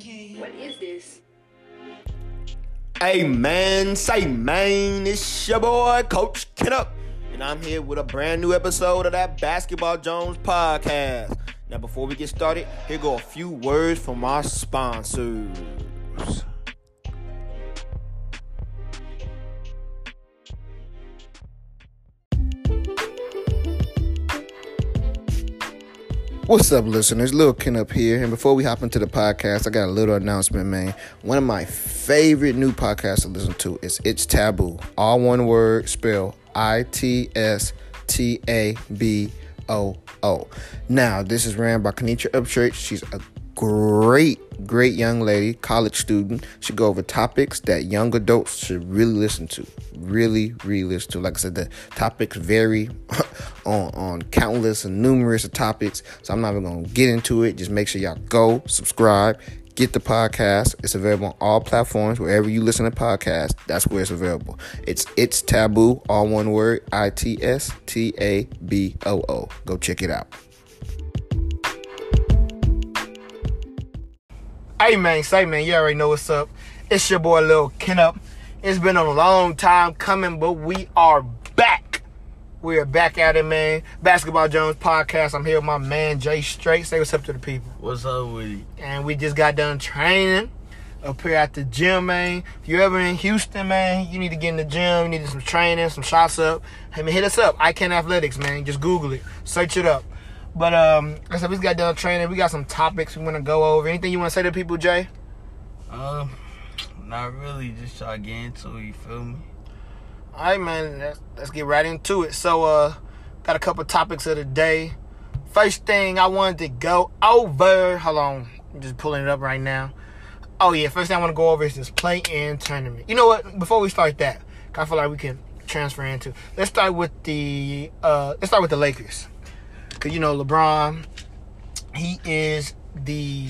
came. What is this? Hey man, say man, it's your boy Coach Kennup, and I'm here with a brand new episode of that Basketball Jones podcast. Now, before we get started, here go a few words from our sponsors. What's up, listeners? Lil Ken up here. And before we hop into the podcast, I got a little announcement, man. One of my favorite new podcasts to listen to is It's Taboo. All one word, spell I T S T A B O O. Now, this is ran by Kenitra Upchurch. She's a great, great young lady, college student. She go over topics that young adults should really listen to, really, really listen to. Like I said, the topics vary on on countless and numerous of topics. So I'm not even gonna get into it. Just make sure y'all go subscribe. Get the podcast. It's available on all platforms. Wherever you listen to podcasts, that's where it's available. It's it's taboo, all one word, I T S T A B O O. Go check it out. Hey man, say man, you already know what's up. It's your boy Lil Kennup. It's been a long time coming, but we are back. We are back at it, man. Basketball Jones podcast. I'm here with my man Jay Straight. Say what's up to the people. What's up with you? and we just got done training up here at the gym, man. If you're ever in Houston, man, you need to get in the gym. You need some training, some shots up. Hey, man, hit us up. I Can Athletics, man. Just Google it, search it up. But um, like I said, we just got done training. We got some topics we want to go over. Anything you want to say to people, Jay? Um, not really. Just try to get into it. You feel me? All right, man. Let's, let's get right into it. So, uh, got a couple topics of the day. First thing I wanted to go over. Hold on, I'm just pulling it up right now. Oh yeah, first thing I want to go over is this play-in tournament. You know what? Before we start that, 'cause I feel like we can transfer into. Let's start with the. Uh, let's start with the Lakers, cause you know LeBron, he is the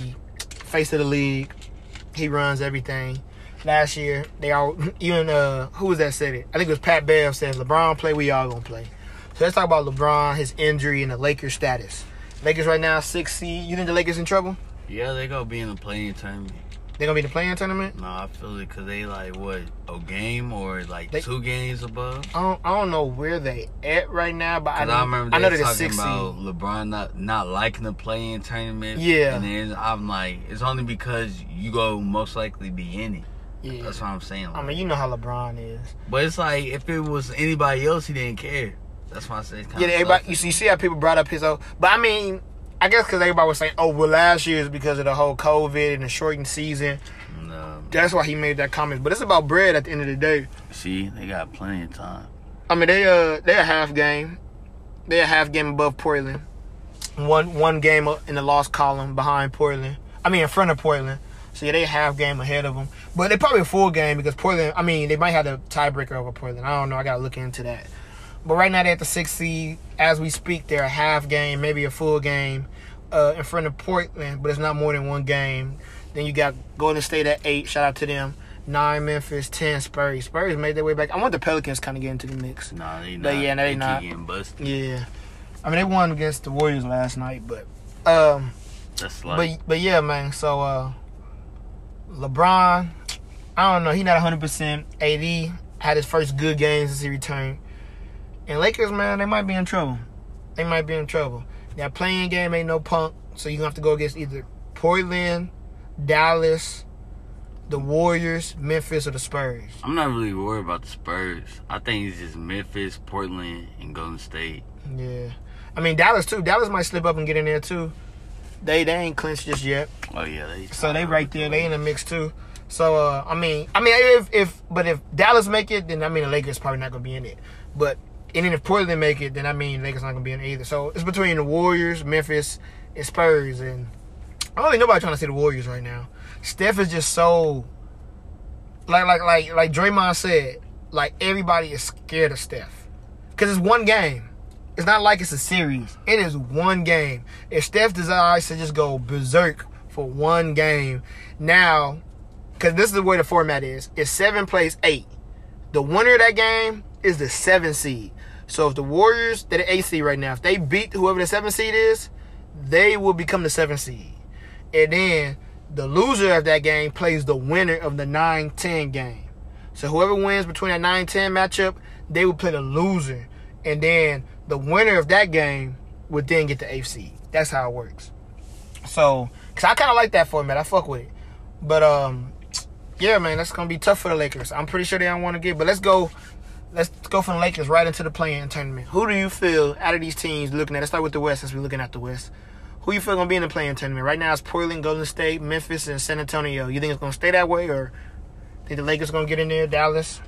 face of the league. He runs everything last year. They all even uh who was that said it? I think it was Pat Bev said LeBron play, we all gonna play. So let's talk about LeBron, his injury, and the Lakers status. Lakers right now six seed. You think the Lakers in trouble? Yeah, they gonna be in the playing tournament. They're gonna be in the playing tournament? No, I feel it because they like what a game or like They- two games above. I don't, I don't know where they at right now, but I, Cause know I, remember I they know were they're the talking six about seed. LeBron not not liking the playing tournament. Yeah. and then I'm like, it's only because you go most likely be in it. Yeah. That's what I'm saying. I like. mean, you know how LeBron is. but it's like if it was anybody else, he didn't care. That's why I say. Yeah, everybody. You see, you see how people brought up his own. But I mean, I guess because everybody was saying, "Oh, well, last year is because of the whole COVID and the shortened season." No, That's why he made that comment. But it's about bread at the end of the day. see, they got plenty of time. I mean, they uh they're a half game, they're a half game above Portland, one one game up in the loss column behind Portland. I mean, in front of Portland. So yeah, they a half game ahead of them, but they probably a full game because Portland. I mean, they might have the tiebreaker over Portland. I don't know. I gotta look into that. But right now they're at the sixth seed. As we speak, they're a half game, maybe a full game, uh, in front of Portland, but it's not more than one game. Then you got Golden State at eight. Shout out to them. Nine Memphis, ten Spurs. Spurs made their way back. I want the Pelicans kind of get into the mix. Nah, they But not. yeah, no, they keep not. getting busted. Yeah, I mean they won against the Warriors last night, but um, That's but like but yeah, man. So uh, LeBron, I don't know, he not hundred percent. AD had his first good game since he returned, and Lakers, man, they might be in trouble. They might be in trouble. That playing game ain't no punk, so you gonna have to go against either Portland, Dallas, the Warriors, Memphis, or the Spurs. I'm not really worried about the Spurs. I think it's just Memphis, Portland, and Golden State. Yeah, I mean Dallas too. Dallas might slip up and get in there too. They they ain't clinched just yet. Oh yeah, they. So they right there. They in the mix too. So uh, I mean, I mean, if if but if Dallas make it, then I mean the Lakers probably not gonna be in it. But and then if Portland make it, then I mean Lakers not gonna be in it either. So it's between the Warriors, Memphis, and Spurs. And I don't think nobody trying to see the Warriors right now. Steph is just so like like like like Draymond said. Like everybody is scared of Steph because it's one game. It's not like it's a series. It is one game. If Steph decides to just go berserk for one game, now, because this is the way the format is, it's seven plays eight. The winner of that game is the seven seed. So if the Warriors, they're the eight seed right now. If they beat whoever the seven seed is, they will become the seven seed. And then the loser of that game plays the winner of the 9-10 game. So whoever wins between that 9-10 matchup, they would play the loser. And then the winner of that game would then get the eighth seed. That's how it works. So, cause I kind of like that format. I fuck with it. But um, yeah, man, that's gonna be tough for the Lakers. I'm pretty sure they don't want to get. But let's go. Let's go from the Lakers right into the play-in tournament. Who do you feel out of these teams looking at? Let's start with the West since we're looking at the West. Who you feel gonna be in the play-in tournament? Right now it's Portland, Golden State, Memphis, and San Antonio. You think it's gonna stay that way, or think the Lakers gonna get in there? Dallas.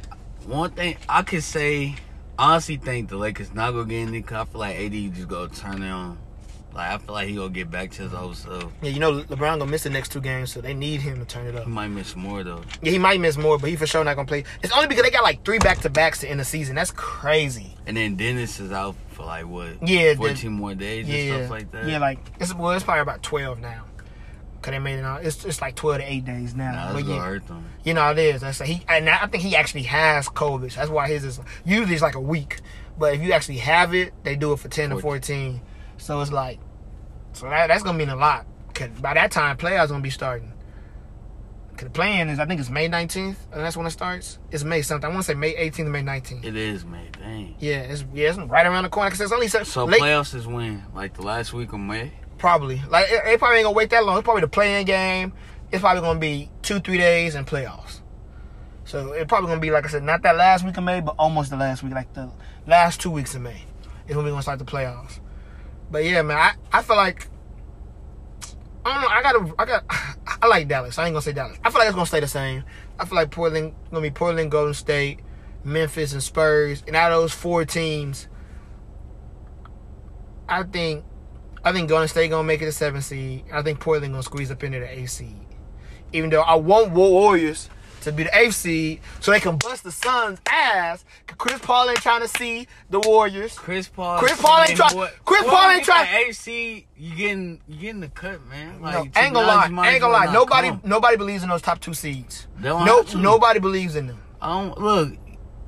One thing I could say, I honestly think the Lakers not gonna get in there 'cause I feel like AD just gonna turn it on. Like I feel like he gonna get back to his old self. Yeah, you know LeBron gonna miss the next two games, so they need him to turn it up. He might miss more though. Yeah, he might miss more, but he for sure not gonna play. It's only because they got like three back to backs to end the season. That's crazy. And then Dennis is out for like what? Yeah, the- fourteen more days yeah, and stuff like that. yeah, like it's well, it's probably about twelve now. Cause they made it on. It's it's like twelve to eight days now. nah, but that's gonna yeah, hurt them. you know it is. That's he and I think he actually has COVID. So that's why his is usually it's like a week, but if you actually have it, they do it for ten to fourteen. So it's like, so that, that's gonna mean a lot. 'Cause by that time, playoffs gonna be starting. Cause the plan is I think it's May nineteenth, and that's when it starts. It's May something. I want to say May eighteenth to May nineteenth. It is, man. Dang. Yeah, it's yeah, it's right around the corner. Cause it's only so, So late, playoffs is when? Like the last week of May? probably. Like it, it probably ain't gonna wait that long. It's probably the playing game. It's probably gonna be two, three days and playoffs. So it's probably gonna be like I said, not that last week of May, but almost the last week, like the last two weeks of May, is when we gonna start the playoffs. But yeah, man, I, I feel like I don't know. I gotta, I got, I like Dallas. I ain't gonna say Dallas. I feel like it's gonna stay the same. I feel like Portland gonna be Portland, Golden State, Memphis, and Spurs. And out of those four teams, I think, I think Golden State gonna make it a seven seed. I think Portland gonna squeeze up into the eight seed. Even though I want War- Warriors to be the eighth seed, so they can bust the Suns' ass. 'Cause Chris Paul ain't trying to see the Warriors. Chris Paul. Chris Paul ain't try- Boy- Chris Boy, Paul you ain't try- got AC, you getting you getting the cut, man. No, Like, ain't gonna Timberwolves lie. might as Ain't gonna well lie. not Nobody, come. nobody believes in those top two seeds. They don't No, have to. nobody believes in them. I don't look.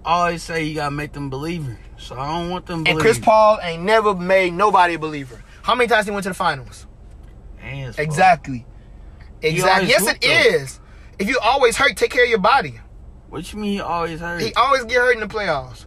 I always say you gotta make them believer. So I don't want them. And believing. Chris Paul ain't never made nobody a believer. How many times he went to the finals? Man, it's Exactly. Exactly. always Yes, hooped it though. is. If you always hurt, take care of your body. fucked. What you mean? He always hurt. He He, always get hurt in the playoffs.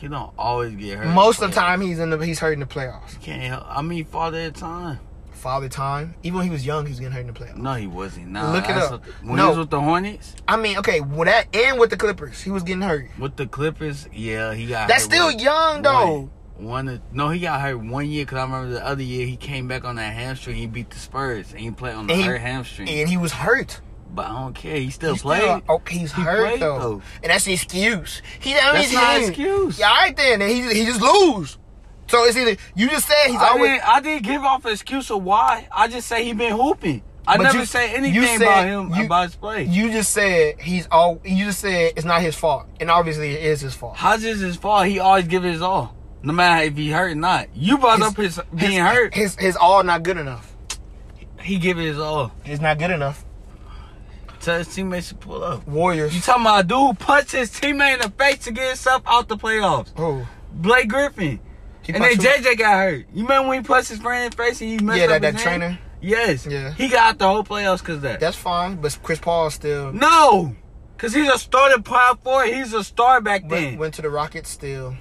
don't always get hurt. Most of the but time, he's in the he's hurt in the playoffs. Can't help. I mean, father at time. Father time. Even when he was young, he was getting hurt in the playoffs. No, he wasn't. Nah, Look it that's up. what the- when No. he was with the Hornets, I mean, okay, with that and with the Clippers, he was getting hurt. with the Clippers, yeah, he got. That's hurt still one- young though. One, one- no, he got hurt one year because I remember the other year he came back on that hamstring. He beat the Spurs and he played on the And he- hurt hamstring. And he was hurt. but I don't care. He still He's played. still- oh, he's He hurt played, though. though. and that's the excuse. He, I mean, That's not an he- excuse. Yeah, all right then, and he he just lose. So it's either you just said he's I always. didn't. I didn't give off an excuse of why. I just say he been hooping. I But never you- say you anything said- about him you- about his play. You just said he's all. You just said it's not his fault, and obviously it is his fault. How's this his fault? He always give his all, no matter if he hurt or not. You brought up his being hurt. His his all not good enough. he give his all. It's not good enough. Tell his teammates to pull up. You Warriors. talking about a dude punch his teammate in the face to get himself out the playoffs? Who? Blake Griffin. He and then punched who? JJ got hurt. You remember when he punched his friend in the face and he messed Yeah, up that that his hand? trainer. Yes. Yeah. He got out the whole playoffs because that. That's fine, but Chris Paul still no, because he's a starting power forward. He's a star back then. went, went to the Rockets. Still,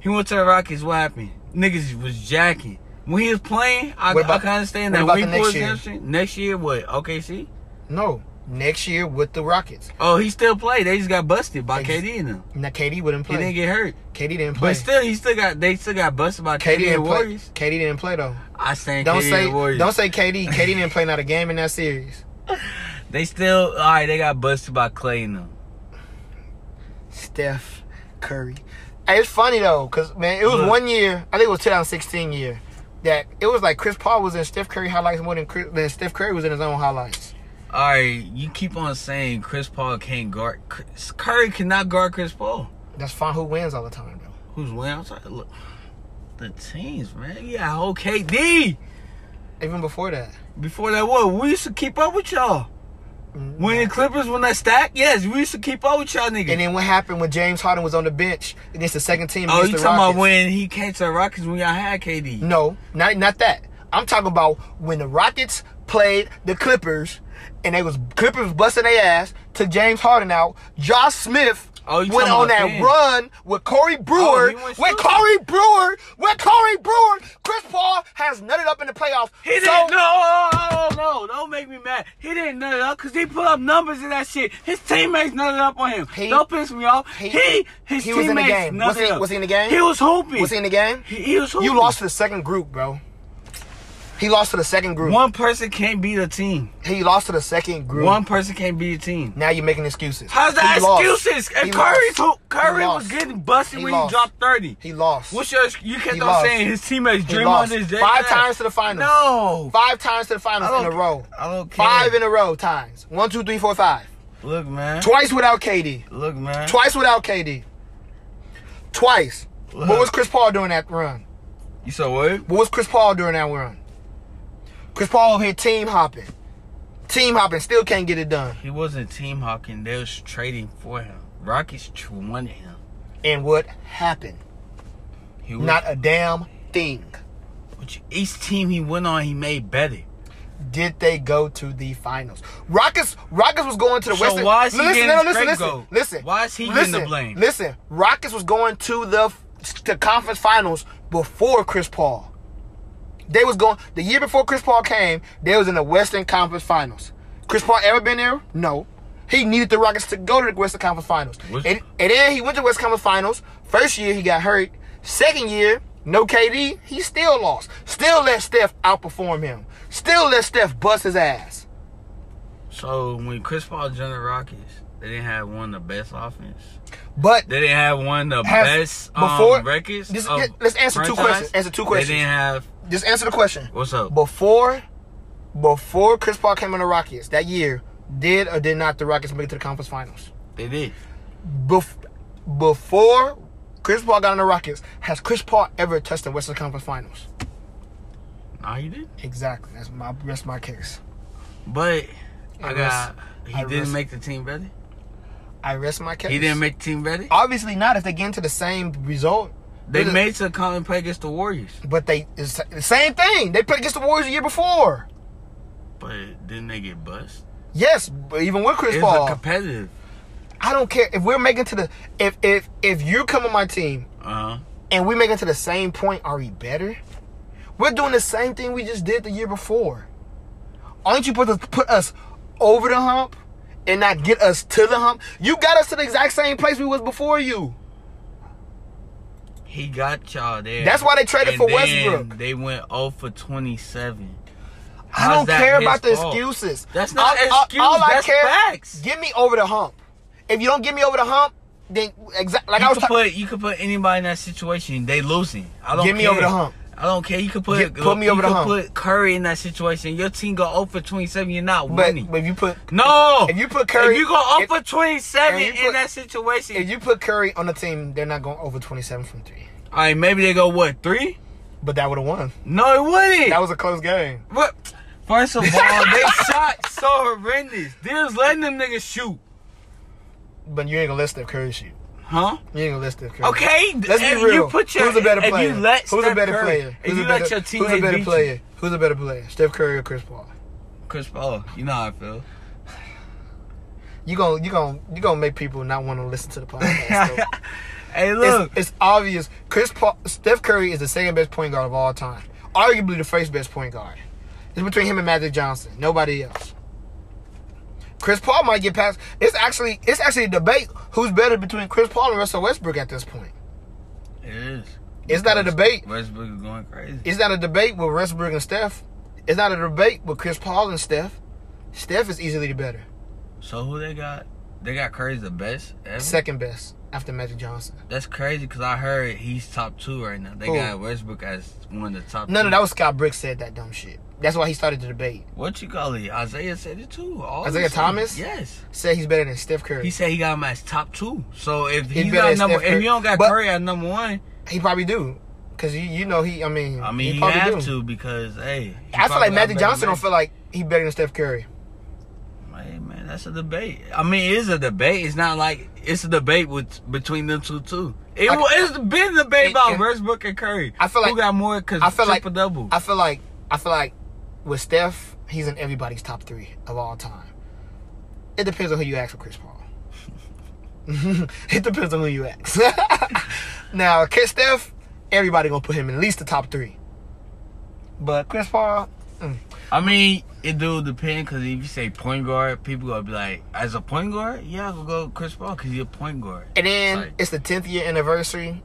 He went to the Rockets. What happened? Niggas was jacking. When he was playing, I, What about- I can understand what that. about When the he next was year? next year, next year what? OKC? no. Next year with the Rockets. Oh, he still played. They just got busted by Ex- KD and them. Now KD wouldn't He didn't play. get hurt, KD didn't play. but still, he still got. They still got busted by KD KD, didn't and play. Warriors. KD didn't play though. I saying Don't KD say and Warriors. don't say KD. KD didn't play not a game in that series. They still. All right, they got busted by Clay and them. Steph Curry. Hey, it's funny though, cause man, it was Look. one year. I think it was 2016 year that it was like Chris Paul was in Steph Curry highlights more than Chris, than Steph Curry was in his own highlights. All right, you keep on saying Chris Paul can't guard. Chris, Curry cannot guard Chris Paul. That's fine. Who wins all the time though? Who's winning? I'm sorry. Look, the teams, man. You got whole KD. Even before that, Before that, what we used to keep up with y'all. Mm, When the Clippers, when that stack, yes, we used to keep up with y'all and niggas. then what happened when James Harden was on the bench against the second team? Oh, you against talking the about Rockets? when he came to the Rockets when y'all had KD? No, not not that. I'm talking about when the Rockets played the Clippers, and they was Clippers was busting their ass. Took James Harden out. Josh Smith. Oh, you went talking on about that then. run with Corey Brewer. he went with shooting. Corey Brewer. With Corey Brewer. Chris Paul has nutted up in the playoffs. He So- didn't. No, no, no, don't make me mad. He didn't nut it up because they put up numbers and that shit. His teammates nutted up on him. He- don't piss me off. he- He, his he was teammates in the game. nutted Was he- up. was he in the game? He was hooping. Was he in the game? He, he was hooping. You lost to the second group, bro. He lost to the second group. One person can't beat a team. He lost to the second group. One person can't beat a team. Now you're making excuses. How's He that lost. excuses? He And Curry's lost. hoop. Curry He was lost. getting busted He when lost. he dropped thirty. He lost. What's your? You kept He on lost. saying his teammates He dream on lost. this day. Five times to the finals. No. Five times to the finals I in a don't- row. I don't care. Five in a row times. One, two, three, four, five. Look, man. Twice without KD. Look, man. Twice without KD. Twice. What Look. was Chris Paul doing that run? You saw what? What was Chris Paul doing that run? Chris Paul over here team hopping. Team hopping. Still can't get it done. He wasn't team hawking. They was trading for him. Rockets tr- wanted him. And what happened? He was, Not a damn thing. which each team he went on, he made better. did they go to the finals? Rockets Rockets was going to the So Western. why is he listen, getting no, no, the listen, listen, scapegoat? listen. Why is he listen, getting the blame? Listen, Rockets was going to the to conference finals before Chris Paul. They was going the year before Chris Paul came. They was in the Western Conference Finals. Chris Paul ever been there? No. He needed the Rockets to go to the Western Conference Finals. What's- And, and then he went to West Conference Finals. First year he got hurt. Second year, no KD. He still lost. Still let Steph outperform him. Still let Steph bust his ass. So when Chris Paul joined the Rockets, they didn't have one of the best offense. But They didn't have one of the Has- best before- um, records. this- of let's answer two franchise. questions. Answer two questions. They didn't have. just answer the question. What's up? Before, before Chris Paul came on the Rockets that year, did or did not the Rockets make it to the Conference Finals? They did. Bef- before Chris Paul got on the Rockets, has Chris Paul ever touched the Western Conference Finals? No, he did. Exactly. That's my that's my case. But I I got. rest- He I didn't rest- make the team better. I rest my case. He didn't make the team better. Obviously not. If they get into the same result, They Listen. made to come and play against the Warriors, but they it's the same thing. They played against the Warriors the year before. but didn't they get bust? Yes, but even with Chris It's Paul, a competitive. I don't care if we're making to the if if if you come on my team Uh huh. and we making to the same point, are we better? We're doing the same thing we just did the year before. Aren't you supposed to put us over the hump and not get us to the hump? You got us to the exact same place we was before you. He got y'all there. That's why they traded And for then Westbrook. They went 0 for 27. I How's don't that care his about the fault? excuses. That's not excuse, that's facts. Get me over the hump. If you don't get me over the hump, then exactly like I You was could talking. put you could put anybody in that situation. They losing. I don't Get me care. over the hump. I don't care. You could put Get- put me over you the could hump. Put Curry in that situation. Your team go 0 for 27. You're not But, winning. but if you put no. if you put Curry- if you go 0 if- for 27 if you put- in that situation, if you put Curry on the team, they're not going over twenty seven from three. all right, maybe they go what three? But that would have won. No, it wouldn't. That was a close game. What? First of all, they shot so horrendous. They was letting them niggas shoot, But you ain't gonna let Steph Curry shoot. huh? You ain't gonna let Steph Curry. Okay, Let's be if real. You put your, who's a better if player? you let who's Steph a better Curry- player? If Who's you a let better, your teammate Who's a better beat player? you, Who's a better player? Steph Curry or Chris Paul? Chris Paul, you know how I feel. You gonna you gonna you gonna make people not want to listen to the podcast. though. hey, look, it's, it's obvious. Chris Paul, Steph Curry is the second best point guard of all time. Arguably the first best point guard. It's between him and Magic Johnson. Nobody else. Chris Paul might get past. It's actually it's actually a debate who's better between Chris Paul and Russell Westbrook at this point. it is. It's not a debate. Westbrook is going crazy. It's not a debate with Westbrook and Steph. It's not a debate with Chris Paul and Steph. Steph is easily the better, so who they got? They got Curry's the best. Ever? second best after Magic Johnson. That's crazy because I heard he's top two right now. They Who? got Westbrook as one of the top. No, two. no, that was Scott Brooks said that dumb shit. That's why he started the debate. what you call it? Isaiah said it too. All Isaiah this- Thomas? Yes. Said he's better than Steph Curry. He said he got him as top two. So if He he better got than number, Steph Curry. if you don't got But- Curry at number one, He probably do, cause you you know he. I mean, I mean he he, probably have do. to because hey. he I feel probably like got Magic better Johnson don't matchup. feel like he better than Steph Curry. Hey man, that's a debate. I mean, it's a debate. It's not like it's a debate with between them two too. It, I- wa- it's been a debate It- about it- Westbrook and Curry. I feel like- who got more because I feel like triple double. I feel like I feel like with Steph, He's in everybody's top three of all time. It depends on who you ask for Chris Paul. it depends on who you ask. now, Chris Steph, everybody gonna put him in at least the top three. But Chris Paul, mm, I mean, it do depend because if you say point guard, people gonna be like, as a point guard, yeah, I will go Chris Paul because he's a point guard. and then Right. it's the tenth year anniversary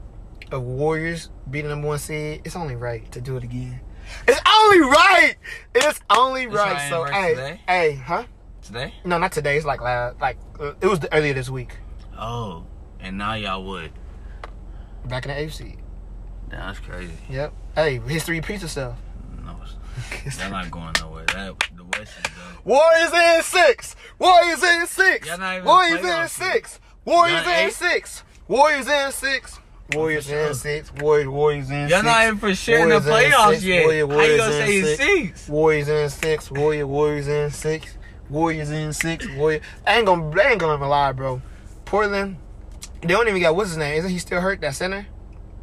of Warriors beating number one seed. It's only right to do it again. It's only right. It's only right. our So hey, anniversary today? hey, huh? Today? No, not today. It's like last, like uh, it was earlier this week. Oh, and now y'all would. Back in the eighth seed. Damn, that's crazy. Yep. Hey, history repeats itself. No, it's- y'all not going nowhere. That the West is done. Warriors in six. Warriors in six. Y'all not even Warriors playoff in yet. six. Warriors Y'all in eight? six. Warriors in six. Warriors in sure. six. Warriors. Warriors in Y'all six. not even for sure in the Warriors in playoffs six. yet. Warrior- How you Warriors gonna in say it's six. six? Warriors in six. Warrior. Warriors in six. Warriors in six. Warrior. I ain't gonna. I ain't gonna even lie, bro. Portland. They don't even got what's his name. Isn't he still hurt? That center.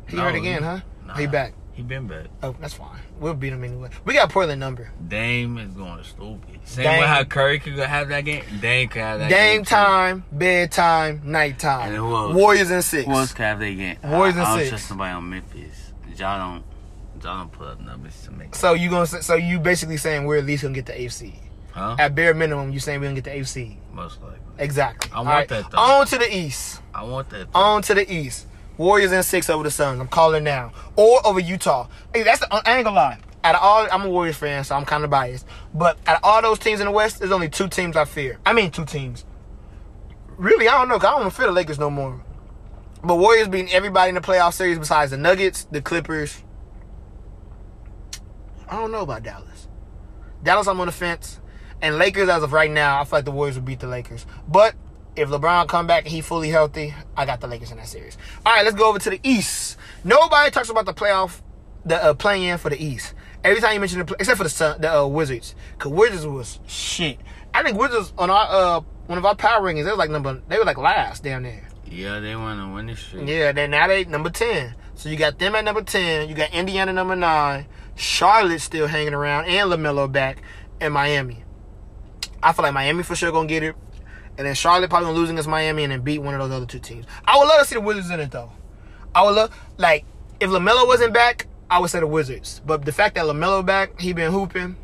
He No, hurt he- again, huh? Nah. He back. He been back. Oh, that's fine. We'll beat them anyway. We got Portland number. Dame is going stupid. Same Dame. with how Curry could go have that game. Dame could have that game. Game too. time, bedtime, nighttime. And who else? Warriors in six. Who else could have that game? Warriors I, in I don't six. trust somebody on Memphis. Y'all don't. Y'all don't put up numbers to make. So you gonna say- so you basically saying we're at least gonna get the eighth seed. Huh? At bare minimum, you saying we're gonna get the eighth seed. Most likely. Exactly. I want Alright, that, though. On to the east. I want that. though. On to the east. Warriors in six over the Suns. I'm calling now. Or over Utah. Hey, that's the I ain't gonna lie. Out of all, I'm a Warriors fan, so I'm kind of biased. But out of all those teams in the West, there's only two teams I fear. I mean, two teams. Really, I don't know. 'cause I don't fear the Lakers no more. But Warriors beating everybody in the playoff series besides the Nuggets, the Clippers. I don't know about Dallas. Dallas, I'm on the fence. And Lakers, as of right now, I feel like the Warriors would beat the Lakers. But if LeBron come back and he fully healthy, I got the Lakers in that series. All right, let's go over to the East. Nobody talks about the playoff, the uh, playing in for the East. Every time you mention the, play, except for the Sun, the uh, Wizards, because Wizards was shit. I think Wizards on our uh, one of our power rankings, they were like number, they were like last down there. yeah, they want to win the streak. Yeah, they now they number ten. So you got them at number ten. You got Indiana number nine. Charlotte still hanging around, and Lamelo back, and Miami. I feel like Miami for sure gonna get it, and then Charlotte probably gonna lose against Miami and then beat one of those other two teams. I would love to see the Wizards in it though. I would love like if Lamelo wasn't back, I would say the Wizards. But the fact that Lamelo back, he been hooping.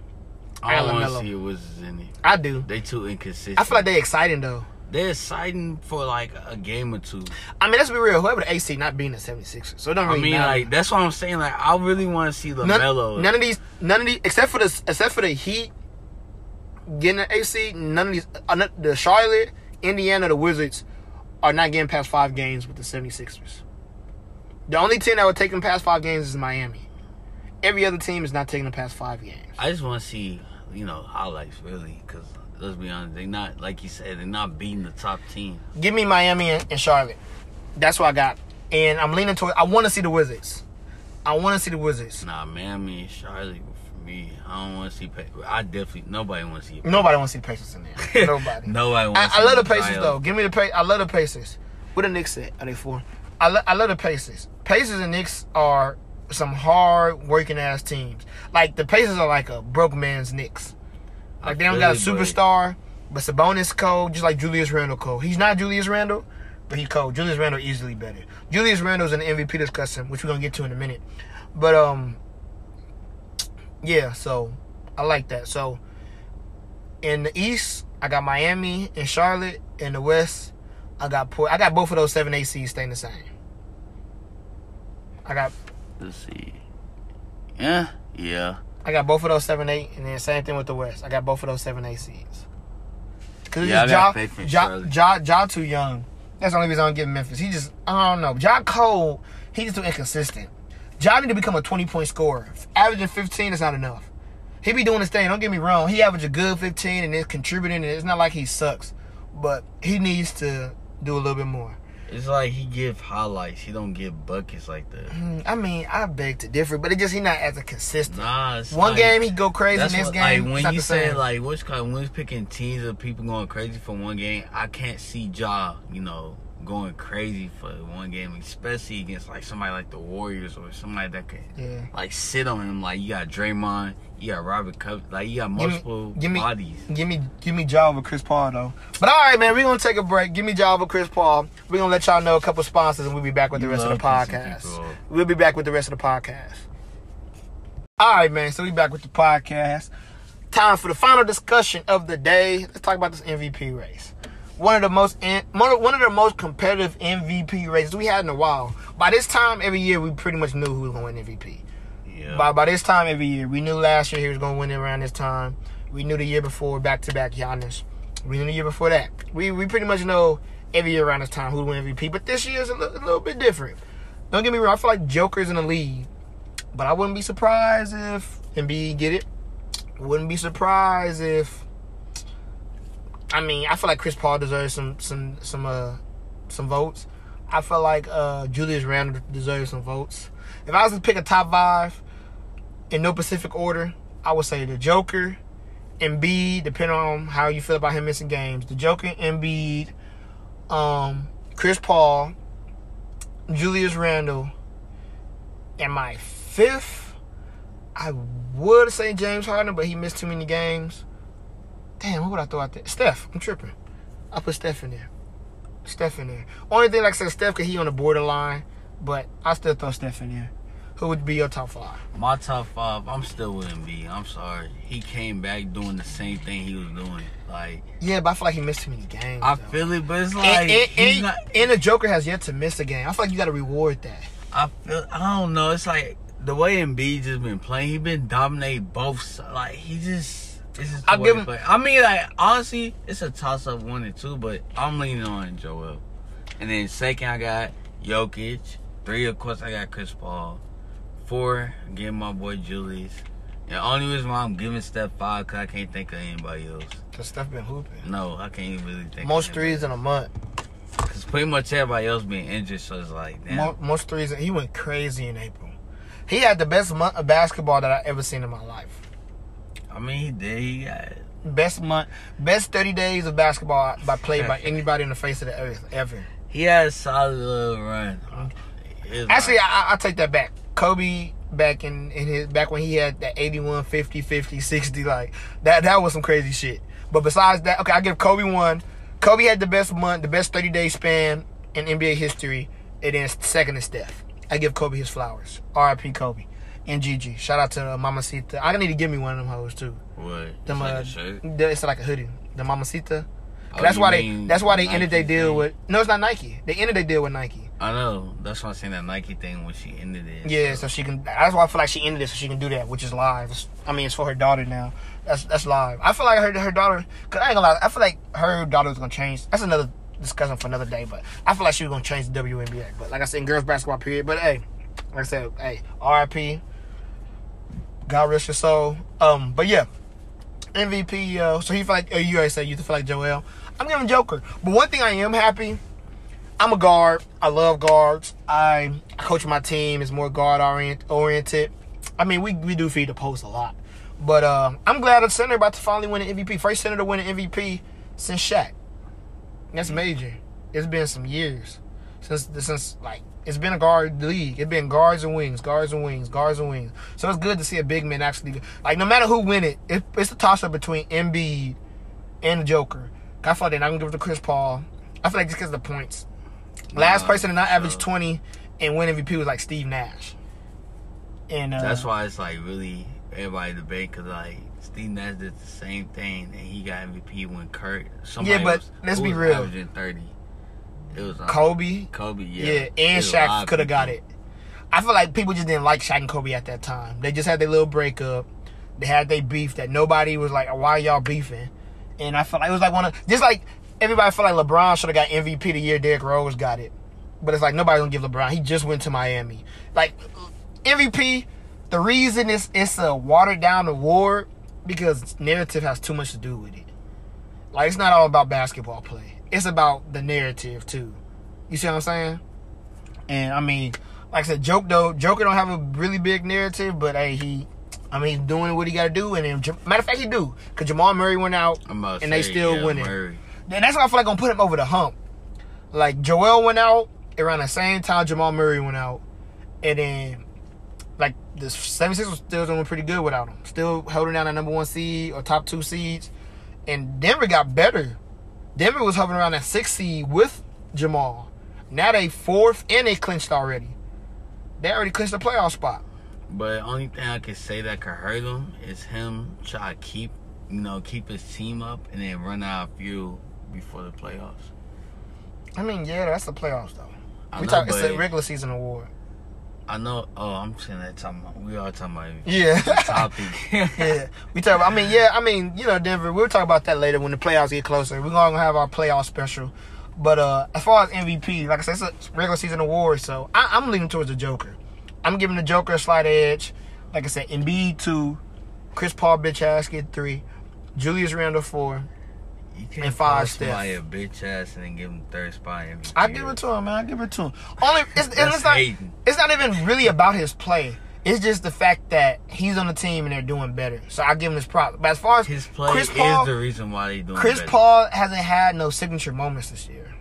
I Allen don't want to Melo. see what is in it. I do. They too inconsistent. I feel like they exciting though. they, are exciting for like a game or two. I mean, let's be real. Whoever the AC not being the 76ers, so it don't I really mean, matter. like that's what I'm saying. Like I really want to see none, Lamelo. none of these, none of these, except for the except for the Heat getting the AC. None of these, uh, no- the Charlotte, Indiana, the Wizards are not getting past five games with the 76ers. The only team that would take them past five games is Miami. Every other team is not taking them past five games. I just want to see, you know, highlights really, because let's be honest, they not like you said, they're not beating the top team. Give me Miami and, and Charlotte. That's what I got, and I'm leaning toward. I want to see the Wizards. I want to see the Wizards. Nah, Miami and Charlotte for me. I don't want to see. Pa- I definitely nobody wants to see. Nobody wants to see the Pacers in there. Nobody. Nobody I, wants. I to love see the Pacers Zion. though. Give me the Pacers. I love the Pacers. What the Knicks at? Are they four? I, lo- I love the Pacers. Pacers and Knicks are some hard working ass teams. Like the Pacers are like a broke man's Knicks. Like they don't feel got a you, but- superstar, but Sabonis cold, just like Julius Randle cold. He's not Julius Randle, but he cold. Julius Randle easily better. Julius Randle's in the MVP discussion, which we're gonna get to in a minute. But um, yeah. So I like that. So in the East, I got Miami and Charlotte. In the West, I got Port. I got both of those seven ACs staying the same. I got Let's see. Yeah, yeah. I got both of those seven eight, and then same thing with the West. I got both of those seven eight seeds. Cause Yeah, I it's got just faith in ja, Charlotte. ja, ja, ja too young. That's the only reason I'm giving Memphis. He just I don't know. Ja Cole, he just too inconsistent. Ja need to become a twenty point scorer. Averaging fifteen is not enough. He be doing his thing. Don't get me wrong. He averaged a good fifteen and is contributing. And it's not like he sucks, but he needs to do a little bit more. It's like he give highlights. He don't give buckets like that. Mm, I mean, I beg to differ, but it just he not as a consistent. Nah, it's One like- game he go crazy, That's next what, game like it's when not you the say same. like what's called when it's picking teams of people going crazy for one game. I can't see Ja, you know, going crazy for one game, especially against like somebody like the Warriors or somebody that could Yeah. like sit on him. Like you got Draymond, you got Robert Cup, like you got multiple give me, bodies. Give me, give me Jaw with Chris Paul though. But all right, man, we're gonna take a break. Give me Jaw with Chris Paul. We're gonna let y'all know a couple sponsors, and we'll be back with the You rest of the love pissing people podcast. off. We'll be back with the rest of the podcast. All right, man. So we back with the podcast. Time for the final discussion of the day. Let's talk about this MVP race. One of the most in- one of- one of the most competitive MVP races we had in a while. By this time every year, we pretty much knew who was gonna win MVP. Yeah. By by this time every year, we knew last year he was gonna win it around this time. We knew the year before back to back Giannis. We knew the year before that. We we pretty much know every year around this time who win MVP. But this year's a li- a little bit different. Don't get me wrong. I feel like Joker's in the lead, but I wouldn't be surprised if Embiid get it. Wouldn't be surprised if. I mean, I feel like Chris Paul deserves some some some uh some votes. I feel like uh Julius Randle deserves some votes. If I was to pick a top five, in no specific order, I would say the Joker, Embiid, depending on how you feel about him missing games. The Joker, Embiid, um, Chris Paul, Julius Randle, and my fifth, I would say James Harden, but he missed too many games. Damn, what would I throw out there? Steph, I'm tripping. I put Steph in there. Steph in there. Only thing like I said, Steph, cause he on the borderline, but I still throw Steph in there. Who would be your top five? My top five, I'm still with Embiid. I'm sorry. He came back doing the same thing he was doing. Like Yeah, but I feel like he missed too many games. I though. feel it, but it's like and, and, he's and, not. and the Joker has yet to miss a game. I feel like you got to reward that. I feel. I don't know. It's like the way Embiid just been playing. He been dominating both. si- Like he just. This is the I'll way give he him- play. I mean, like honestly, it's a toss up one and two. But I'm leaning on Joel. And then second, I got Jokic. Three, of course, I got Chris Paul. Four, again, my boy Julius. And the only reason why I'm giving step five, cause I can't think of anybody else. Cause Steph been hooping No, I can't even really think. most threes in a month. because pretty much everybody else being injured, so it's like, damn. Mo- most threes. He went crazy in April. He had the best month of basketball that I ever seen in my life. I mean, he did. He got Best month, best thirty days of basketball by played by anybody on the face of the earth ever. He had a solid little run. It's Actually, like- I, I take that back. Kobe back in, in his back when he had that 81, 50, 50, 60, like that that was some crazy shit. But besides that, okay, I give Kobe one. Kobe had the best month, the best 30 day span in NBA history, and then second is Steph. I give Kobe his flowers. R.I.P. Kobe. And Gigi. Shout out to uh, Mama Sita. I need to give me one of them hoes too. what? It's like Them, uh, a shirt? the- it's like a hoodie. The Mama Sita. Oh, that's you why they mean that's why they ended Nike their deal thing? with no it's not Nike. They ended their deal with Nike. I know. That's why I'm saying that Nike thing when she ended it. Yeah, so she can. That's why I feel like she ended it, so she can do that, which is live. It's- I mean, it's for her daughter now. That's that's live. I feel like her her daughter. Cause I ain't gonna lie, I feel like her daughter's gonna change. That's another discussion for another day. But I feel like she was gonna change the WNBA. But like I said, in girls basketball period. But hey, like I said, hey, RIP. God rest your soul. Um, but yeah, MVP. Uh, so he feel like uh, you already said you feel like Joel. I'm giving Joker. But one thing I am happy I'm a guard. I love guards. I, I coach my team. It's more guard orient, oriented. I mean, we, we do feed the post a lot. But uh, I'm glad a center about to finally win an MVP. First center to win an MVP since Shaq. That's major. It's been some years since since like it's been a guard league. It's been guards and wings, guards and wings, guards and wings. So it's good to see a big man actually like no matter who win it, it it's a toss up between Embiid and the Joker. I feel like they're not gonna give it to Chris Paul. I feel like just because of the points. Last Nah, person to not average so- twenty and win MVP was like Steve Nash. And uh, That's why it's like really everybody debate because like Steve Nash did the same thing and he got MVP when Kurt. Somebody but was, let's who be was real. Averaging thirty. It was uh, Kobe. Kobe, yeah. Yeah, It and was a lot Shaq of could have got people. it. I feel like people just didn't like Shaq and Kobe at that time. They just had their little breakup. They had their beef that nobody was like, "Why y'all beefing?" And I felt like it was like one of just like everybody felt like LeBron should have got MVP the year Derrick Rose got it, but it's like nobody's gonna give LeBron. He just went to Miami. Like MVP, the reason it's it's a watered down award because narrative has too much to do with it. Like it's not all about basketball play. It's about the narrative too. You see what I'm saying? And I mean, like I said, Joke though, Joker don't have a really big narrative, but hey, he, I mean, he's doing what he got to do. And then, Jam- matter of fact, he do, cause Jamal Murray went out, I'm about to and they say, still yeah, winning. Murray. And that's why I feel like gonna put him over the hump. Like Joel went out around the same time Jamal Murray went out, and then like the 76ers was still doing pretty good without him. Still holding down the number one seed or top two seeds, and Denver got better. Denver was hovering around that six seed with Jamal. Now they fourth and they clinched already. They already clinched the playoff spot. But only thing I could say that could hurt him is him try to keep, you know, keep his team up and then run out of fuel before the playoffs. I mean, yeah, that's the playoffs though. I We know, talk, it's but a regular season award. I know. Oh, I'm saying that talking about. We are talking about Yeah. the topic. Yeah, we talk. About, I mean, yeah, I mean, you know, Denver. We'll talk about that later when the playoffs get closer. We're gonna have our playoff special. But uh as far as MVP, like I said, it's a regular season award, so I, I'm leaning towards the Joker. I'm giving the Joker a slight edge. Like I said, Embiid two, Chris Paul bitch ass get three, Julius Randle four. You can't And five call somebody Steph. a bitch ass and then give him third spot. MVP. I give it to him, man. I give it to him. Only it's, it's, That's not. hating. It's not even really about his play. It's just the fact that he's on the team and they're doing better. So I give him his props. But as far as His play Chris Paul, is the reason why they doing. Chris better. Paul hasn't had no signature moments this year.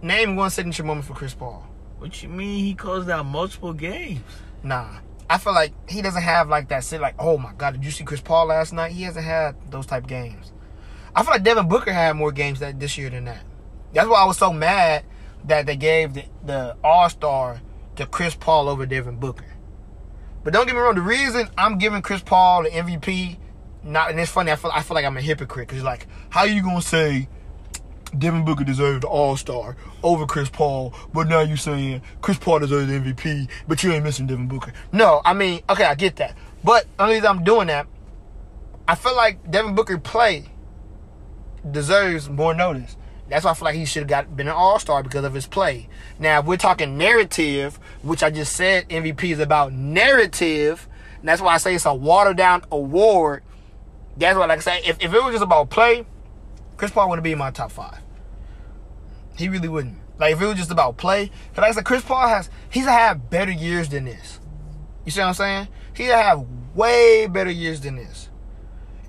Name one signature moment for Chris Paul. What you mean? He closed out multiple games. Nah. I feel like he doesn't have like that sit like, oh my god, did you see Chris Paul last night? He hasn't had those type games. I feel like Devin Booker had more games that this year than that. That's why I was so mad that they gave the, the All Star to Chris Paul over Devin Booker. But don't get me wrong, the reason I'm giving Chris Paul the MVP, not and it's funny, I feel I feel like I'm a hypocrite because like, how you gonna say Devin Booker deserved the All Star over Chris Paul, but now you're saying Chris Paul deserves the MVP, but you ain't missing Devin Booker. No, I mean, okay, I get that, but only reason I'm doing that, I feel like Devin Booker play deserves more notice. That's why I feel like he should have got been an All Star because of his play. Now, if we're talking narrative, which I just said MVP is about narrative, and that's why I say it's a watered down award. That's why, like I say, if, if it was just about play, Chris Paul wouldn't be in my top five. He really wouldn't. Like if it was just about play, 'cause like I said, Chris Paul has he's had better years than this. You see what I'm saying? He have way better years than this.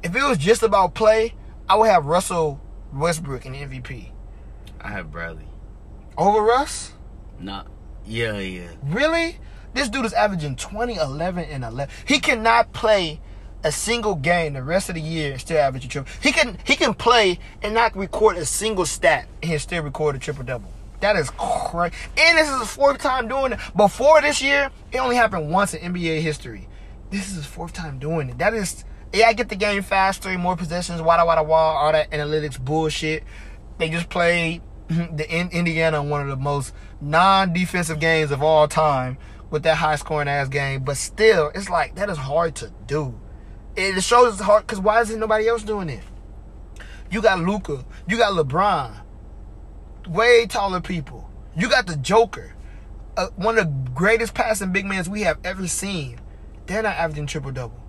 If it was just about play, I would have Russell Westbrook in MVP I have Bradley. over Russ. Not. Yeah, yeah. Really? This dude is averaging 20, 11, and 11. He cannot play a single game the rest of the year and still average a triple. He can he can play and not record a single stat and he'll still record a triple double. That is crazy. And this is his fourth time doing it. Before this year, it only happened once in NBA history. This is his fourth time doing it. That is yeah, I get the game faster, more possessions, wada wada wall, all that analytics bullshit. They just played the in Indiana in one of the most non-defensive games of all time with that high-scoring ass game. But still, it's like that is hard to do. It shows it's hard because why isn't nobody else doing it? You got Luca, you got LeBron, way taller people. You got the Joker, uh, one of the greatest passing big men we have ever seen. They're not averaging triple double,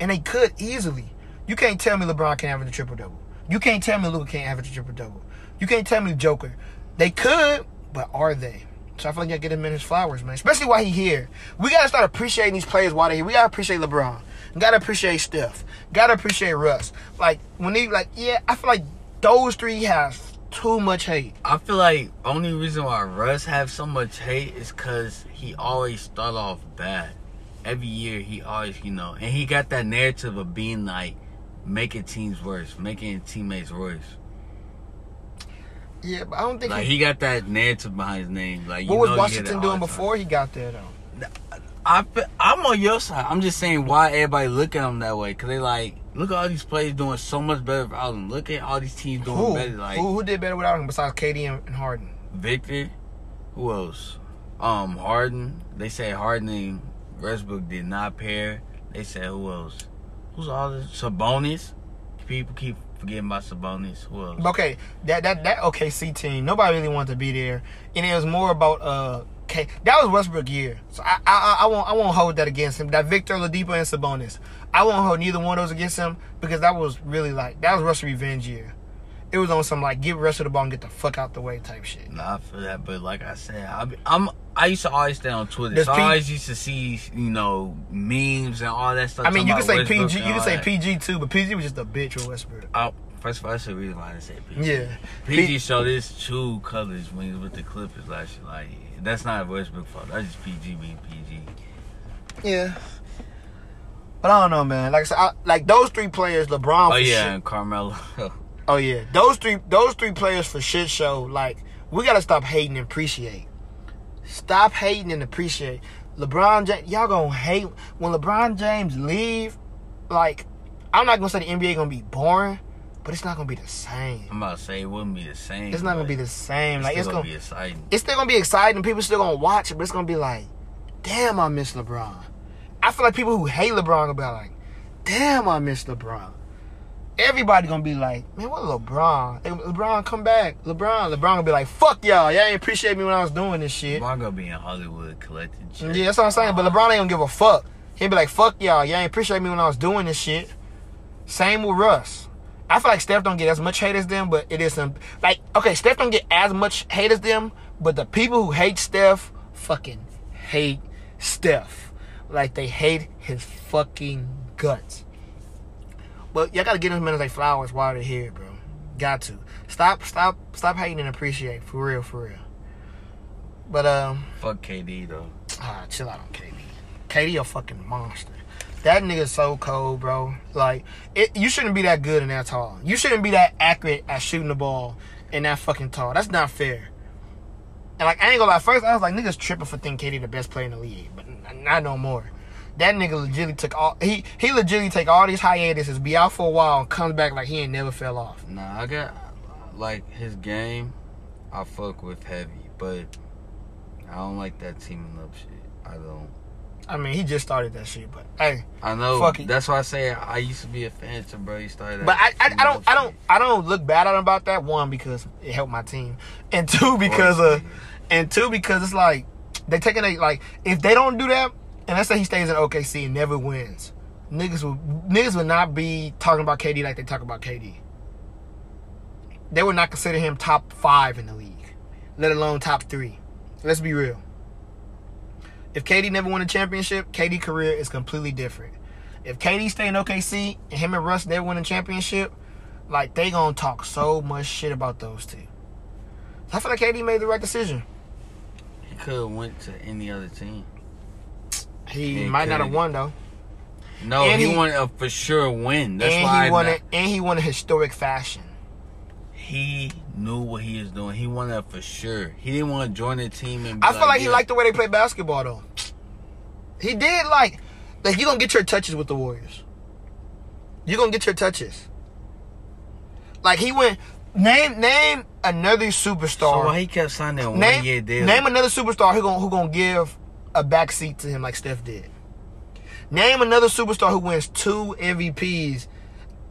and they could easily. You can't tell me LeBron can't average a triple double. You can't tell me Luca can't average a triple double. You can't tell me Joker. They could, but are they? So I feel like you gotta get him in his flowers, man. Especially while he here. We gotta start appreciating these players while they here. We gotta appreciate LeBron. Gotta appreciate Steph. Gotta appreciate Russ. Like when he like, yeah, I feel like those three have too much hate. I feel like only reason why Russ have so much hate is cause he always start off bad. Every year he always, you know, and he got that narrative of being like making teams worse, making teammates worse. Yeah, but I don't think Like he, he got that narrative behind his name. Like you what was know you hear that Washington all doing the time. before he got there though? I fe- I'm on your side. I'm just saying why everybody look at him that way. Cause they like look at all these players doing so much better without him. Look at all these teams doing Who, better. Like who who did better without him besides KD and, and Harden? Victor, who else? Um, Harden. They say Harden and Westbrook did not pair. They said who else? Who's all this? Sabonis. People keep forgetting about Sabonis. Who else? Okay, that that that OKC team, nobody really wanted to be there, and it was more about uh, K. That was Westbrook year, so I I, I won't I won't hold that against him. That Victor Oladipo and Sabonis, I won't hold neither one of those against him because that was really like that was Russell revenge year. It was on some like give Russell the ball and get the fuck out the way type shit. Nah, I feel that, but like I said, I be, I'm I used to always stay on Twitter. Does so P- I always used to see you know memes and all that stuff. I mean, you talking can say about Westbrook PG, you and can all say that. PG too, but PG was just a bitch with Westbrook. I, First of all, that's the reason why I said PG. Yeah. PG P- showed his true colors when he was with the Clippers last year. Like that's not Westbrook fault. That's just PG being PG. Yeah. But I don't know, man. Like I said, I, like those three players, LeBron. Oh for yeah, shit- and Carmelo. oh yeah. Those three. Those three players for shit show. Like we gotta stop hating and appreciate. Stop hating and appreciate. LeBron James, y'all gonna hate when LeBron James leave. Like I'm not gonna say the NBA gonna be boring, but it's not gonna be the same. I'm about to say it wouldn't be the same. It's not gonna but be the same. It's Like still it's gonna, gonna be exciting. it's still gonna be exciting. People still gonna watch it, but it's gonna be like, damn, I miss LeBron. I feel like people who hate LeBron gonna be like, damn, I miss LeBron. Everybody gonna be like, man, what LeBron? Hey, LeBron, come back. LeBron, LeBron gonna be like, fuck y'all. Y'all ain't appreciate me when I was doing this shit. I'm gonna be in Hollywood collecting checks. Yeah, that's what I'm saying. But LeBron ain't gonna give a fuck. He'll be like, fuck y'all. Y'all ain't appreciate me when I was doing this shit. Same with Russ. I feel like Steph don't get as much hate as them, but it is some like okay, Steph don't get as much hate as them, but the people who hate Steph fucking hate Steph. Like they hate his fucking guts. But y'all gotta get them minutes like flowers while they're here, bro. Got to. Stop, stop, stop hating and appreciate. For real, for real. But um Fuck KD though. Ah, chill out on KD. KD a fucking monster. That nigga's so cold, bro. Like, it, you shouldn't be that good and that tall. You shouldn't be that accurate at shooting the ball and that fucking tall. That's not fair. And like, I ain't gonna lie. First, I was like, niggas tripping for thinking KD the best player in the league, but n- not no more. That nigga legitly took all he he legitly take all these hiatuses, be out for a while, and comes back like he ain't never fell off. Nah, I got like his game. I fuck with heavy, but I don't like that teaming up shit. I don't. I mean, he just started that shit, but hey, I know. Fuck it. That's why I say I used to be a fan to bro. You started. But I, that I, I teaming don't up I don't shit. I don't look bad at him about that one because it helped my team, and two because uh, and two because it's like they taking a like if they don't do that, and let's say he stays in OKC and never wins, niggas will niggas will not be talking about KD like they talk about KD. They would not consider him top five in the league, let alone top three. Let's be real. If KD never won a championship, KD career is completely different. If KD stay in OKC and him and Russ never win a championship, like they gonna talk so much shit about those two. So I feel like KD made the right decision. He could have went to any other team. He Yeah, might not have Cody. won though, No, And he, he- wanted a for sure win. That's and why he I won not- it, and he won a historic fashion. he knew what he was doing. He wanted a for sure. He didn't want to join the team. And be I feel like he yeah. liked the way they play basketball though. He did like, like you gonna get your touches with the Warriors. You gonna get your touches. Like he went name name another superstar. So why he kept signing that one year Name, deal? name another superstar who gon' who gonna give a backseat to him like Steph did. Name another superstar who wins two MVPs,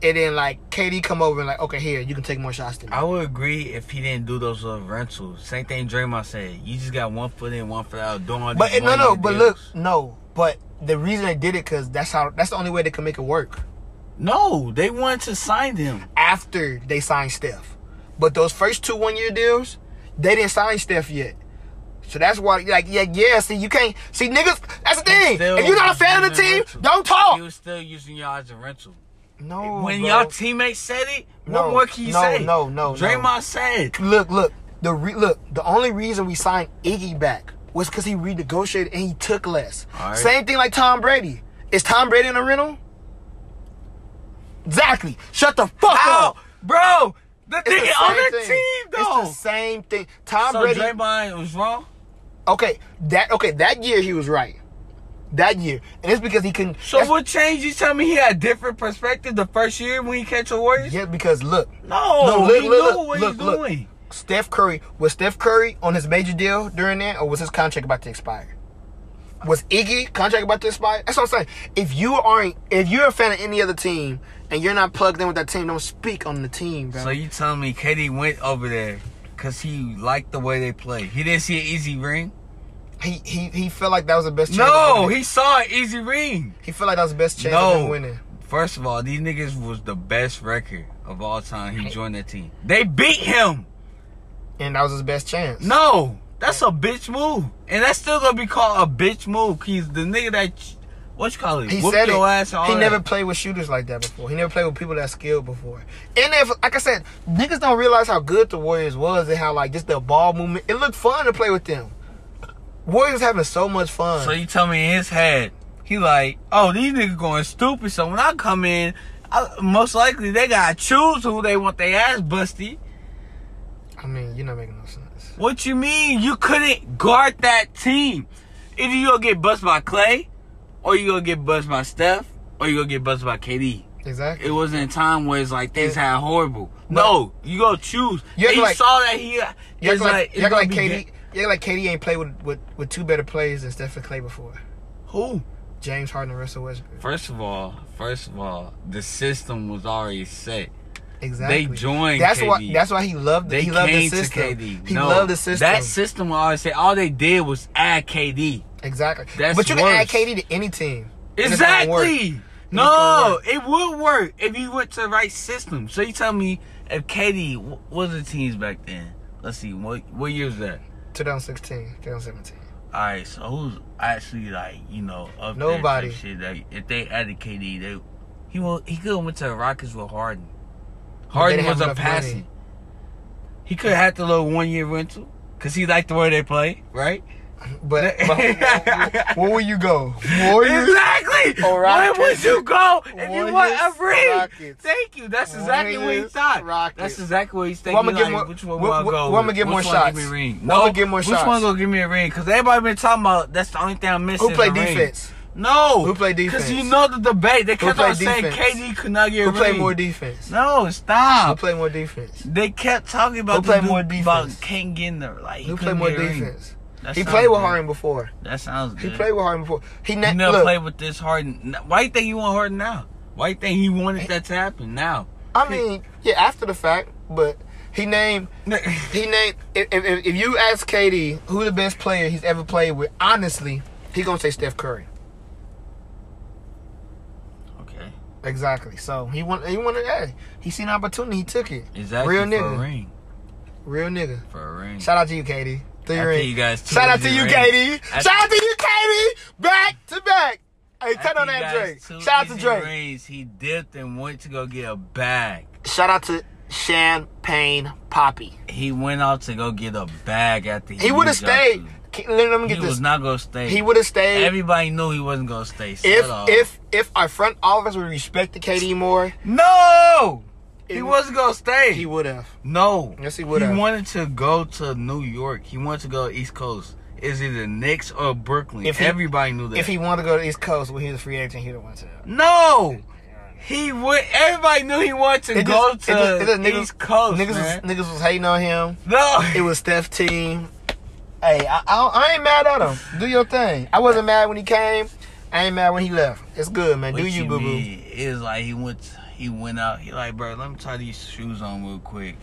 and then like KD come over and like, okay, here you can take more shots than me. I would agree if he didn't do those little rentals. Same thing Draymond said. You just got one foot in, one foot out. Doing all But these no, no, one-year but deals. look, no, but the reason they did it because that's how that's the only way they can make it work no, they wanted to sign him. after they signed Steph. But those first two one year deals, they didn't sign Steph yet. So that's why, like, yeah, yeah. See, you can't see niggas. That's the thing. Still if you're not a fan of the using team, rental. don't talk. He was still using y'all as a rental. No, when bro. y'all teammates said it, No, what more can you no, say? no, no, no. Draymond said. look, look. The re- look. The only reason we signed Iggy back was because he renegotiated and he took less. All right. Same thing like Tom Brady. Is Tom Brady in a rental? Exactly. Shut the fuck How? up. Bro, the It's the nigga on same the thing. team, though. It's the same thing. Tom so Brady. Draymond was wrong? okay, that okay. That year he was right. That year, and it's because he can. So what changed? You tell me he had different perspective the first year when he catch the Warriors? Yeah, because look, No, No, look, he look, knew look, what look, he's look. doing. Steph Curry was Steph Curry on his major deal during that, or was his contract about to expire? Was Iggy contract about to expire? That's what I'm saying. If you aren't, if you're a fan of any other team and you're not plugged in with that team, don't speak on the team, bro. So you telling me KD went over there because he liked the way they play. He didn't see an easy ring? he he he felt like that was the best. Chance of No, winning. he saw an easy ring. he felt like that was the best chance of him No. winning. First of all, these niggas was the best record of all time. He joined that team. They beat him. And that was his best chance. No, that's a bitch move, and that's still gonna be called a bitch move. Cause the nigga that ch- what you call it? He Whoop said your it. ass. and all he that. never played with shooters like that before. He never played with people that skilled before. And if, like I said, niggas don't realize how good the Warriors was and how like just the ball movement. It looked fun to play with them. Warriors having so much fun. So you tell me in his head, he like, oh, these niggas going stupid. So when I come in, I, most likely they gotta choose who they want their ass busty. I mean, you're not making no sense. What you mean? You couldn't guard that team. Either you gonna get bust by Clay, or you gonna get bust by Steph, or you gonna get bust by KD. Exactly. It wasn't a time where it's like things had horrible. No, you gonna choose. You You, act you like- saw that he. You it's act like, it's you act gonna like be KD. ga- You act like KD ain't played with, with, with two better players than Steph and Clay before. Who? James Harden and Russell Westbrook. First of all, first of all, the system was already set. Exactly. joined That's why. KD. That's why he loved. They he loved the came system. to KD. He No, loved the system. That system, I always say, all they did was add KD. exactly. that's but you can add worse. KD to any team. And it's gonna work. Exactly. No, gonna it would work if you went to the right system. So you tell me if KD, wh- what was the teams back then? Let's see, what what year was that? 2016, 2017. All right, so who's actually like you know up there type Nobody. shit that if they added KD, they he will he could have went to the Rockets with Harden. Harden didn't have was a enough money. passing. He could have had the little one year rental because he liked the way they play, right? But, but where, where will you go? Warriors. Exactly. Or Where would Rockets. you go if you want Warriors, a ring? Rockets. Thank you. That's exactly what he Warriors, thought. Rockets. That's exactly what he's Well, thinking. like, I'ma give more- which one well, will I well, go well, I'ma with? give Which more one gonna shots. Give me a ring? Well, I'ma give more which shots. one gonna give me a ring? Because everybody been talking about that's the only thing I'm missing. Who is played a ring. defense? No. Who played Because you defense? know the debate. They kept played on saying defense? KD could not get a ring. Who play more defense? No, Who stop. play more defense? They kept talking about Who the play dude more defense? about King getting there. Like he Who play couldn't more get a ring. defense? That He sounds played with good. Harden before. That sounds good. He played with Harden before. He You ne- never look, played with this Harden. Why you think you want Harden now? Why you think he wanted that to happen now? I mean, yeah, after the fact, but he named he named if, if, if you ask KD who the best player he's ever played with, honestly, he gonna say Steph Curry. okay. Exactly. So he want he wanted hey, he seen an opportunity, he took it. Exactly. Real for a nigga. ring. Real nigga. For a ring. Shout out to you, KD. Three After rings. you guys two Shout out to easy you, rings. KD. After- Shout out to you, KD. Back to back. Hey, After cut on he that got Drake. his two Shout out to easy Drake. Rings, he dipped and went to go get a bag. Shout out to Champagne Poppy. He went out to go get a bag after he He would have used y'all stayed. two. Can- Let let me He get was this. not gonna stay. He would have stayed. Everybody knew he wasn't gonna stay. Shut if up. if if our front office would respect the KD more, no, he It- wasn't gonna stay. he would have. No. Yes, he would've. He wanted to go to New York. He wanted to go East Coast. Is either Knicks or Brooklyn? If he- Everybody knew that. If he wanted to go to East Coast when he was a free agent, he'd have went to them. no, he would. Everybody knew he wanted to It go just- to it just- it just- niggas- East Coast, Niggas man. was, niggas was hating on him. no, It was Steph's team. Hey, I, I, I ain't mad at him. Do your thing. I wasn't mad when he came. I ain't mad when he left. It's good, man. What Do you, boo boo? mean? It was like he went. He went out. He like, bro, let me tie these shoes on real quick.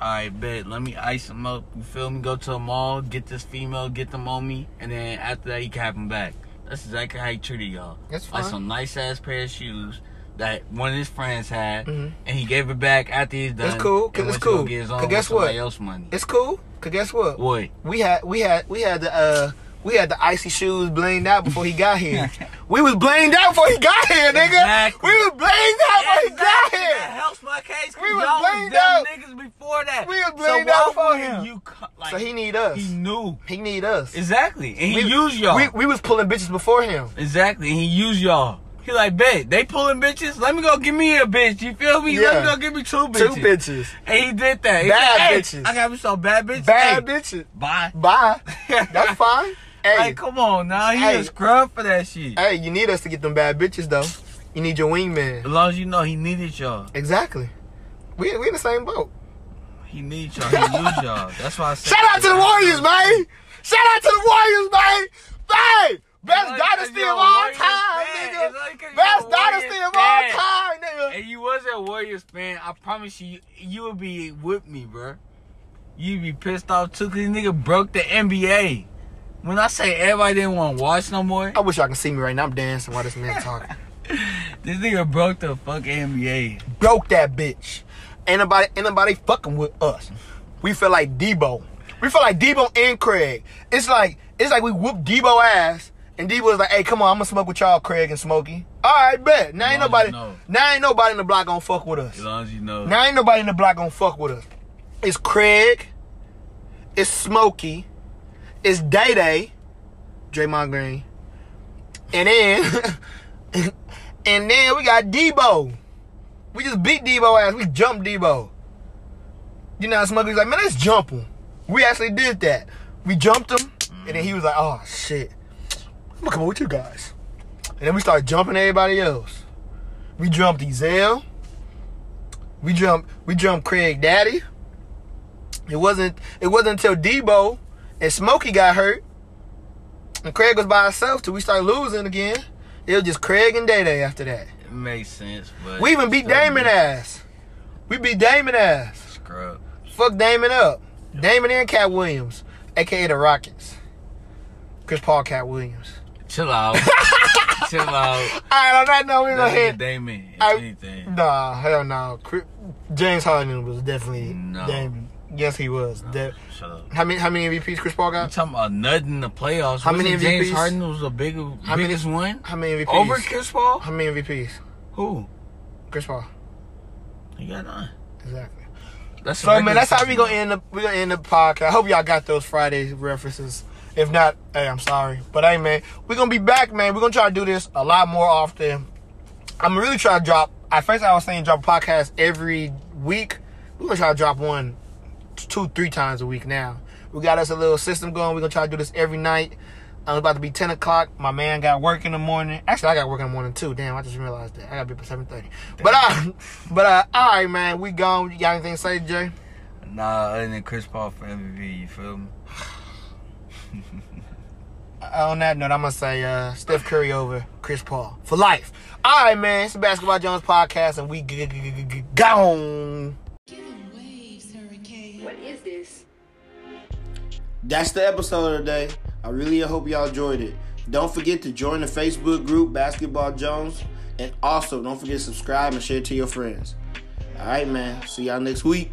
I bet. Let me ice them up. You feel me? Go to a mall, get this female, get them on me, and then after that, you can have them back. That's exactly how he treated y'all. That's like fine. some nice ass pair of shoes that one of his friends had, Mhm. and he gave it back after he's done. cool, 'cause and it's went to go cool. Get his 'Cause own with guess what? somebody Else money. It's cool. Cause guess what? Boy, We had we had we had the uh we had the icy shoes blinged out before he got here. we was blinged out before he got here, nigga. Exactly. We was blinged out before he got Exactly. That Oh, here. helps my case. 'cause We was y'all blamed dumb out. niggas before that. We was So blamed why out for wouldn't him. You, co- like, So he need us. He knew. He need us. Exactly. And he We- used y'all. We, we was pulling bitches before him. exactly. And he used y'all. He like, bet, they pulling bitches. Let me go give me a bitch. You feel me? Let me Yeah. go give me two bitches. Two bitches. And he did that. He Bad said, "Hey, bitches. I got me some bad bitches. Bad Hey, bitches. Bye. Bye. That's fine. Hey, Like, come on now. He Hey. a scrub for that shit. hey, you need us to get them bad bitches though. You need your wingman. As long as you know he needed y'all. Exactly. We we in the same boat. He needed y'all. He used y'all. That's why I said. Shout out to the Warriors, man. Shout out to the Warriors, man. Hey, best Like, 'cause dynasty you're of a all Warriors time, fan. nigga. It's like 'cause Best you're a dynasty Warriors of all fan. time, nigga. And you was a Warriors fan, I promise you, you would be with me, bro. You'd be pissed off too, cause this nigga broke the NBA. When I say everybody didn't want to watch no more, I wish y'all can see me right now. I'm dancing while this man talking. this nigga broke the fuck NBA. Broke that bitch. Ain't nobody, ain't nobody fucking with us. We feel like Debo. We feel like Debo and Craig. It's like, it's like we whooped Debo ass, And D was like, "Hey, come on, I'm gonna smoke with y'all, Craig and Smokey." All right, bet. Now ain't As long nobody, as you know. now ain't nobody in the block gonna fuck with us. As long as you know. Now ain't nobody in the block gonna fuck with us. It's Craig. It's Smokey. It's Day Day. Draymond Green. And then and then we got Debo. We just beat Debo ass. We jumped Debo. You know, Smokey's like, man, let's jump him. We actually did that. We jumped him, and then he was like, oh shit. I'm gonna come up with you guys. And then we started jumping everybody else. We jumped Ezell. We jumped we jumped Craig Daddy. It wasn't it wasn't until Debo and Smokey got hurt and Craig was by himself till we started losing again. It was just Craig and Day Day after that. It makes sense, but We even beat still Damon be ass. We beat Damon ass. Scrub. Fuck Damon up. Damon and Cat Williams, aka the Rockets. Chris Paul, Cat Williams. Chill out. Chill out. All right, on that note, we're Don't gonna hit. hit Damon. If I- anything. Nah, hell no. Cri- James Harden was definitely No. Damon. Yes, he was. De- Shut up. how many how many MVPs Chris Paul You got? talking about nothing in the playoffs? How many Wasn't James MVPs? Harden was the bigger, How many- biggest one How many MVPs? over Chris Paul. How many MVPs? Who? Chris Paul. He got none. Exactly. That's So man, that's how we regular gonna season. end the we gonna end the podcast. I hope y'all got those Friday references. If not, hey, I'm sorry. But hey man, we're gonna be back, man. We're gonna try to do this a lot more often. I'm really trying to drop at first I was saying drop a podcast every week. We're gonna try to drop one two, three times a week now. We got us a little system going. We're gonna try to do this every night. Uh, it's about to be ten o'clock. My man got work in the morning. Actually, I got work in the morning too. Damn, I just realized that. I gotta be up at seven thirty. But uh, but uh, all right, man. We gone. You got anything to say, Jay? Nah, other than Chris Paul for MVP, you feel me? Uh, on that note, I'm gonna say uh, Steph Curry over Chris Paul for life. All right, man. It's the Basketball Jones podcast, and we g- g- g- g- g- gone. Get a waves, hurricane. What is this? That's the episode of the day. I really hope y'all enjoyed it. Don't forget to join the Facebook group Basketball Jones. And also, don't forget to subscribe and share it to your friends. All right, man. See y'all next week.